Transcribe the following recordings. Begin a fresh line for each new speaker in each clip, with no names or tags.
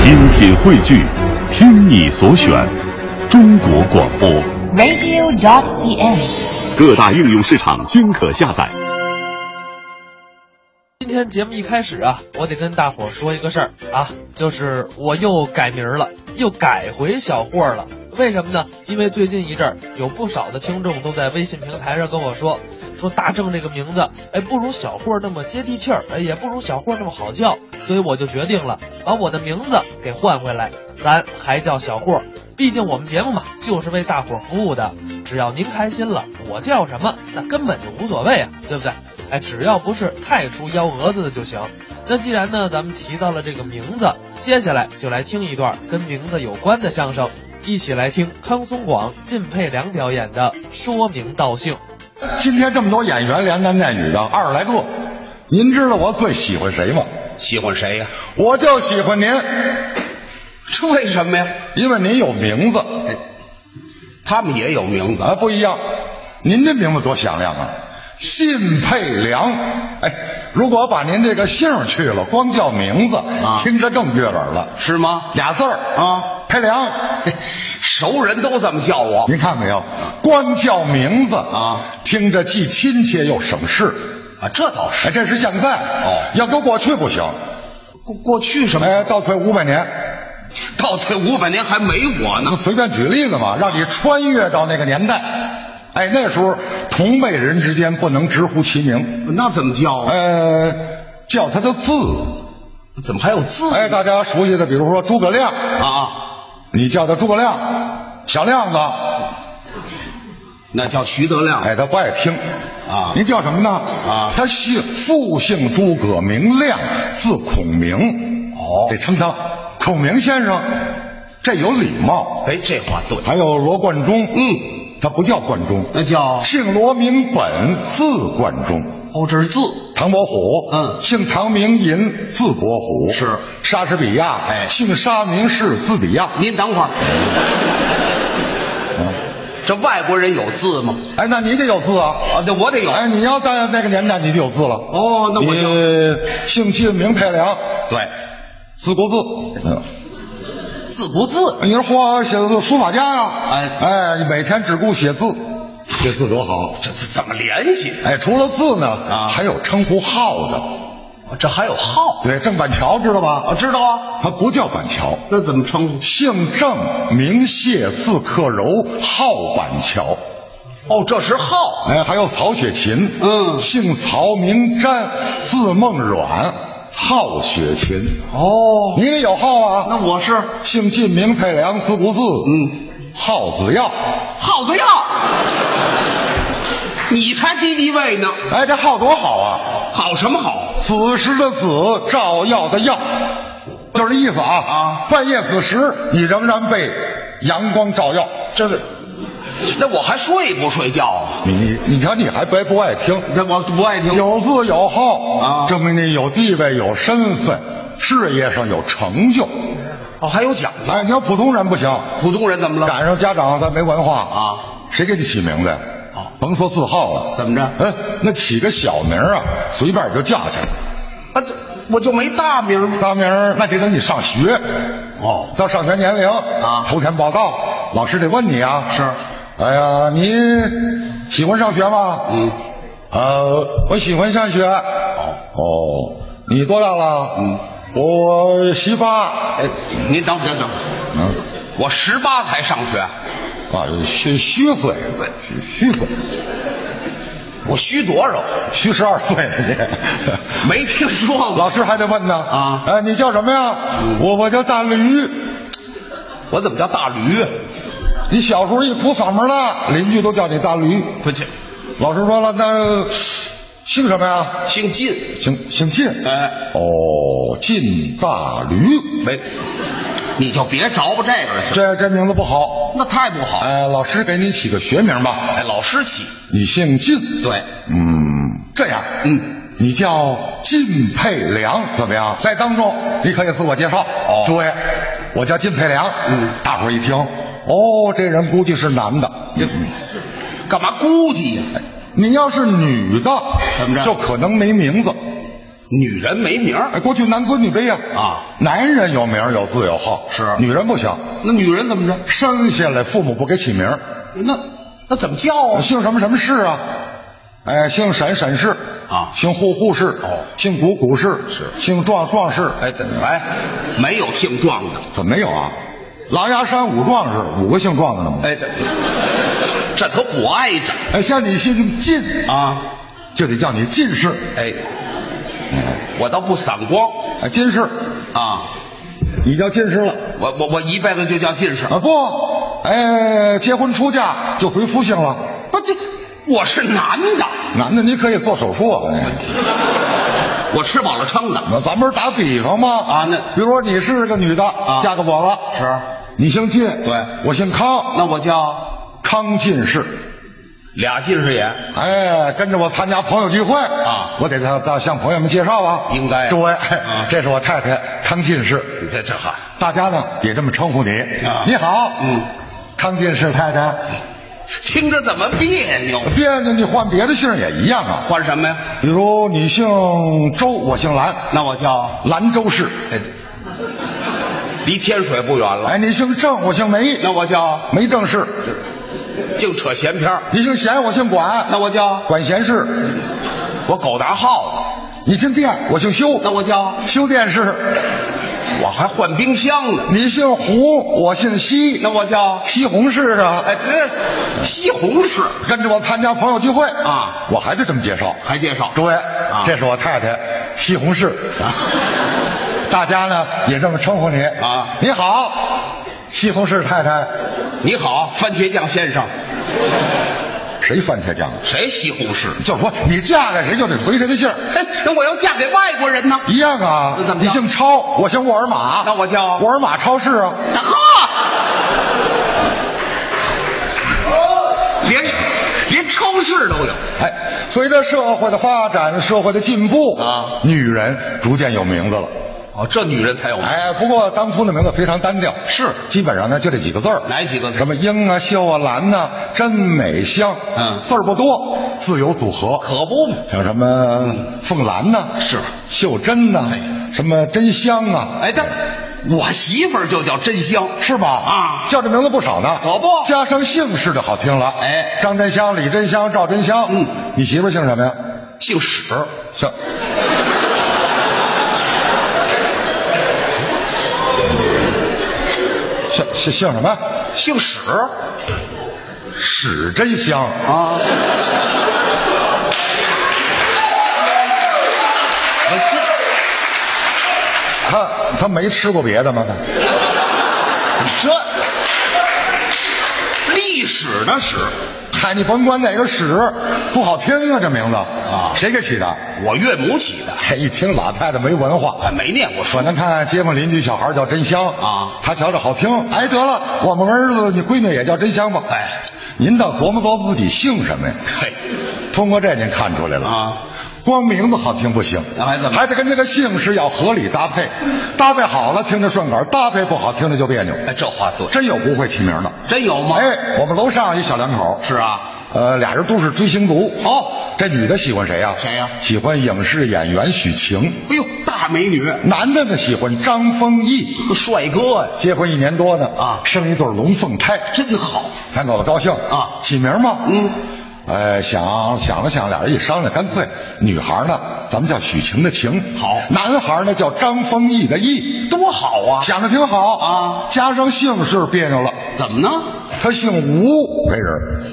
精品汇聚，听你所选，中国广播。
radio.cn。
各大应用市场均可下载。
今天节目一开始啊，我得跟大伙儿说一个事儿啊，就是我又改名儿了，又改回小霍儿了。为什么呢？因为最近一阵儿有不少的听众都在微信平台上跟我说，说大正这个名字，哎，不如小霍儿那么接地气儿，哎，也不如小霍儿那么好叫，所以我就决定了把我的名字给换回来，咱还叫小霍儿。毕竟我们节目嘛，就是为大伙儿服务的，只要您开心了，我叫什么那根本就无所谓啊，对不对？哎，只要不是太出幺蛾子的就行。那既然呢，咱们提到了这个名字，接下来就来听一段跟名字有关的相声，一起来听康松广、靳佩良表演的《说明道姓》。
今天这么多演员，连男带女的，二十来个。您知道我最喜欢谁吗？
喜欢谁呀、
我就喜欢您，
这为什么呀？
因为您有名字
他们也有名字，
啊，不一样。您这名字多响亮啊，靳佩良。哎，如果把您这个姓儿去了，光叫名字，
啊
听着更悦耳了。
是吗？
俩字儿
啊，
佩 良。
嘿熟人都这么叫我。
您看没有，光叫名字
啊
听着既亲切又省事。
啊，这倒
哎，
是。
这是现在
哦
要搁过去不行。
过过去什么？
哎，倒退五百年，
倒退五百年还没我呢
我。随便举例子嘛，让你穿越到那个年代。哎，那时候同辈人之间不能直呼其名，
那怎么叫啊？
呃，叫他的字。
嗯怎么还有字
哎，大家熟悉的，比如说诸葛亮，
啊？
你叫他诸葛亮，小亮子，
那叫徐德亮。
哎，他不爱听。
啊
您叫什么呢？
啊
他姓父姓诸葛，名亮，字孔明。
哦
得称他孔明先生，这有礼貌。
哎，这话对。
还有罗贯中，
嗯，
他不叫贯中，
那叫
姓罗名本，字贯中。
哦，这是字。
唐伯虎，
嗯
姓唐名寅，字伯虎，
是
莎士比亚，
哎
姓沙名士，字比亚。
您等会儿，这外国人有字吗？
哎，那你得有字啊。
啊，对，我得有。
哎，你要在那个年代，你就有字了。
哦那我就
你姓靳，名佩良，
对，
字国字。
字不嗯字？
你是花写字书法家呀、
哎
哎，每天只顾写字，写字多好。
这这怎么联系？
哎，除了字呢，
啊
还有称呼号的。
这还有号
对，郑板桥知道吧？
啊？知道啊？
他不叫板桥，
那怎么称呼？
姓郑，名谢，字克柔，号板桥。
哦，这是号。
哎，还有曹雪芹，
嗯
姓曹，名瞻，字梦阮，号雪芹。
哦，
你也有号啊？
那我是
姓靳，名佩良，字不字，
嗯，
号子耀。
耗子药，你才敌敌畏呢。
哎，这号多好啊！
好什么好？
子时的子，照耀的耀，就是这意思啊。
啊
半夜子时，你仍然被阳光照耀。
这个，那我还睡不睡觉啊？
你你你瞧，你还不不爱听，
那我不爱听。
有字有号
啊
证明你有地位、有身份，事业上有成就。
哦，还有讲究。
哎，你要普通人不行，
普通人怎么了？
赶上家长咱没文化
啊，
谁给你起名字呀
哦？
甭说字号了，
怎么着
哎，那起个小名啊，随便就叫去了。
啊，这我就没大名吗？
大名儿那得等你上学，
哦，
到上学年龄
啊
投钱报到，老师得问你啊。
是。
哎呀，你喜欢上学吗？
嗯。
呃，我喜欢上学。哦。你多大了？嗯。我十八。
哎，您等等等会儿，
嗯。
我十八才上学，
啊，虚虚岁，虚虚岁，
我虚多少？
虚十二岁了你。
没听说过。
老师还得问呢。
啊
哎，你叫什么呀？我我叫大驴。
我怎么叫大驴？啊
你小时候一哭嗓门了，邻居都叫你大驴。
不是，
老师说了，那姓什么呀？
姓靳。
姓姓靳。
哎，
哦，靳大驴，
没，你就别着吧这个了，行吗？
这这名字不好。
那太不好。
哎，老师给你起个学名吧。
哎，老师起。
你姓靳。
对，
嗯，这样。
嗯。
你叫靳佩良怎么样？在当中你可以自我介绍。
哦
诸位，我叫靳佩良。
嗯，
大伙儿一听，哦，这人估计是男的。
这干嘛估计呀、
你要是女的，
怎么着
就可能没名字。
女人没名儿
哎，过去男尊女卑呀、
啊
男人有名儿有字有号，
是
女人不行，
那女人怎么着？
生下来父母不给起名儿，
那那怎么叫啊？
哦姓什么什么氏啊？哎，姓沈沈氏
啊
姓户户氏
哦
姓谷谷氏
是
姓壮壮氏。
哎，对哎，没有姓壮的。
怎么没有啊？狼牙山五壮士，五个姓壮的呢吗？
哎，对，这都不挨着
哎，像你姓靳，
啊。
就得叫你靳氏，
哎，我倒不散光
哎，金氏，
啊，
你叫金氏了
我我我一辈子就叫近视。
啊？不，哎，结婚出嫁就回夫姓了。
不，这我是男的，
男的你可以做手术啊，
我吃饱了撑的。
那咱不是打比方吗？
啊那啊
比如说你是个女的，嫁给我了，
是
你姓靳，
对
我姓康，
那我 叫
康靳氏。
俩近视眼。
哎，跟着我参加朋友聚会
啊
我得向向朋友们介绍啊，
应该啊
诸位，
啊
这是我太太康进士，
你这这哈，
大家呢也这么称呼你。
啊
你好，
嗯，
康进士太太，
听着怎么别扭？
别扭你换别的姓儿也一样啊，
换什么呀？
比如你姓周，我姓兰，
那我叫
兰州市。
哎，离天水不远了。
哎，你姓郑，我姓梅，
那我叫
梅郑氏。
净扯闲篇儿
你姓贤，我姓管，
那我叫
管贤氏。
我狗啊拿耗子。
你姓店，我姓修，
那我叫
修电视。
我还换冰箱呢。
你姓胡，我姓西，
那我叫
西红柿啊。
哎，这西红柿
跟着我参加朋友聚会
啊，
我还得这么介绍。
还介绍
诸位，这是我太太西红柿，大家呢也这么称呼你
啊
你好，西红柿太太，
你好，番茄酱先生。
谁番茄酱啊？
谁西红柿？
就是说你嫁给谁就得回谁的姓儿，
哎，那我要嫁给外国人呢？
一样啊
那怎。么
你
着
姓超，我姓沃尔玛，
那我叫
沃尔玛超市啊。
呵，连连超市都有。
哎，随着社会的发展，社会的进步
啊
女人逐渐有名字了。
哦，这女人才有。
哎，不过当初的名字非常单调，
是
基本上呢就这几个字儿，
哪几个字
什么英啊、秀啊、兰呐、真美香，
嗯
字儿不多，自由组合，
可不嘛。
像什么凤兰呐、
是
秀珍呐、
哎
什么真香啊，
哎，但我媳妇儿就叫真香。
是吧？
啊
叫这名字不少呢，
可不
加上姓氏就好听了，
哎
张真香、李真香、赵真香，
嗯，
你媳妇儿姓什么呀？
姓史，
姓。姓姓姓什么？
姓史
屎真香！
啊。
他他没吃过别的吗？他
这历史的史，
嗨，你甭管哪个屎，不好听啊，这名字
啊
谁给起的？
我岳母起的，
哎，一听老太太没文化
还，没念过书
反。正看街坊邻居小孩叫真香
啊
他瞧着好听。哎，得了，我们儿子你闺女也叫真香吧？
哎，
您倒琢磨琢磨自己姓什么呀？
嘿，
通过这您看出来了
啊，
光名字好听不行，
那还怎么
还得跟这个姓氏要合理搭配，搭配好了听着顺耳，搭配不好听着就别扭。
哎，这话对，
真有不会起名的。
真有吗？
哎，我们楼上一小两口，
是啊，
呃，俩人都是追星族。
哦，
这女的喜欢谁呀、啊
谁呀
喜欢影视演员许晴。
哎呦，大美女，
男的呢喜欢张丰毅，
帅哥呀，
结婚一年多呢
啊
生一对龙凤胎，
真好。
两口子高兴
啊
起名吗？
嗯，
呃，想想了想，俩人一商量，干脆女孩呢，咱们叫许晴的晴，
好
男孩呢叫张丰毅的毅，
多好啊！
想的挺好
啊
加上姓氏别扭了，
怎么呢？
他姓吴，这人，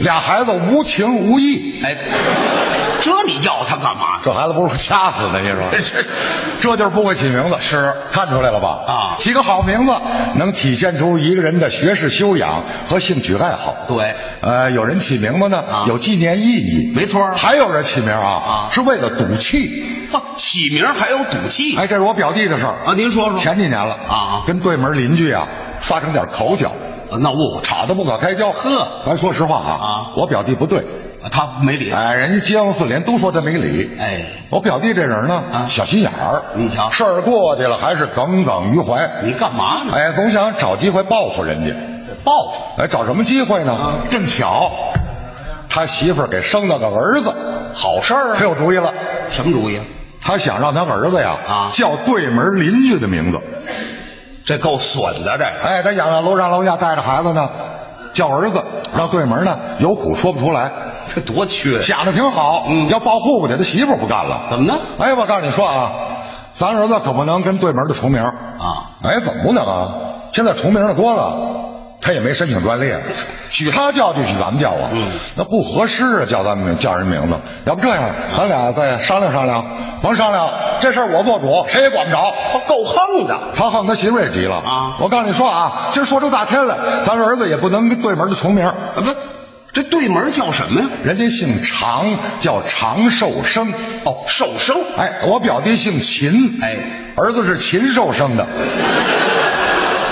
俩孩子无情无义，
哎，这你要他干嘛？
这孩子不是掐死的，你说
是
这就是不会起名字，是看出来了吧？
啊
起个好名字能体现出一个人的学识修养和兴趣爱好。
对，
呃，有人起名字呢，
啊
有纪念意义。
没错儿
还有人起名啊，
啊
是为了赌气。
哇起名还有赌气
哎，这是我表弟的事儿
啊！您说说，
前几年了
啊
跟对门邻居啊发生点口角，
啊闹误会，
吵得不可开交。
呵
咱说实话啊，
啊
我表弟不对，
啊他没理。
哎，人家街坊四邻都说他没理。
哎，
我表弟这人呢，
啊
小心眼儿，
你瞧
啊事儿过去了还是耿耿于怀，
你干嘛呢？
哎，总想找机会报复人家。
报复
哎，找什么机会呢？
啊
正巧，他媳妇儿给生了个儿子，
好事儿
可有主意了。
什么主意啊？
他想让他儿子呀
啊
叫对门邻居的名字。
这够损的，这个
哎，他想让楼上楼下带着孩子呢叫儿子，让对门呢有苦说不出来，
这多缺德！
想的挺好。
嗯
要报户口去，他媳妇儿不干了。
怎么呢？
哎，我告诉你说啊，咱儿子可不能跟对门的重名。
啊，
哎，怎么不能啊？现在重名的多了，他也没申请专利， 许他叫就许咱们叫啊。
嗯
那不合适啊，叫咱们叫人名字。要不这样，咱俩再商量商量，甭商量，这事儿我做主，谁也管不着。
他够横的。
他横，他媳妇儿也急了
啊
我告诉你说啊，今儿说出大天来，咱儿子也不能跟对门的重名，
啊，不，这对门叫什么呀？
人家姓常，叫常寿生。
哦，寿生。
哎，我表弟姓秦，
哎，
儿子是禽兽生的，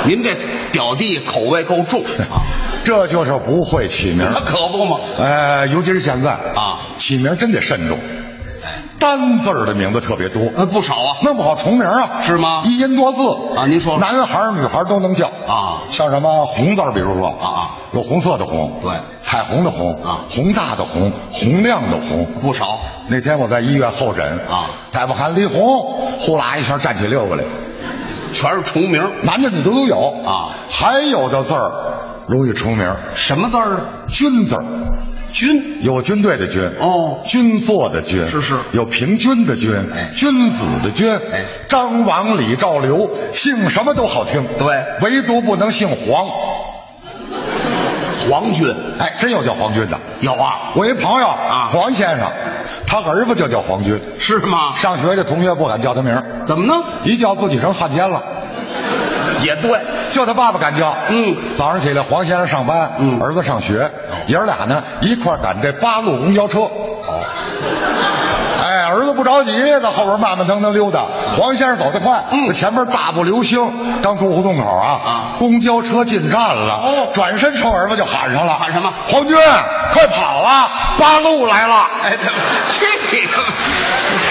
您这表弟口味够重啊，
这就是不会起名。
那可不嘛。
呃，尤其是现在
啊
起名真得慎重，单字儿的名字特别多，
呃，不少啊。
弄不好重名啊，
是吗
一音多字
啊您说说
男孩儿女孩儿都能叫
啊
像什么红字儿，比如说
啊啊，
有红色的红，
对
彩虹的红
啊
宏大的宏，洪亮的洪。
不少。
那天我在医院候诊
啊，
大夫喊李红，呼啦一下站起六个来，
全是重名。
男的女的都有
啊，
还有的字儿容易重名儿，
什么字儿？啊
军字儿
军。
有军队的军
哦
军座的军
是是
有平均的均，
哎
君子的君，
哎
张王李赵刘，姓什么都好听，
对
唯独不能姓黄。
皇军。
哎，真有叫黄军的，
有啊。
我一朋友
啊
黄先生，他儿子就叫黄军，
是吗？
上学的同学不敢叫他名儿，
怎么呢？
一叫自己成汉奸了，
也对。
就他爸爸敢叫。
嗯，
早上起来，黄先生上班，
嗯
儿子上学，爷儿俩呢一块儿赶这八路公交车。哦，哎，儿子不着急，在后边慢慢腾腾溜达。黄先生走得快，
嗯
这前面大步流星，刚出胡同口啊，
啊
公交车进站了，
哦
转身冲儿子就喊上了，
喊什么
黄军，快跑啊，八路来了！
哎，这这个。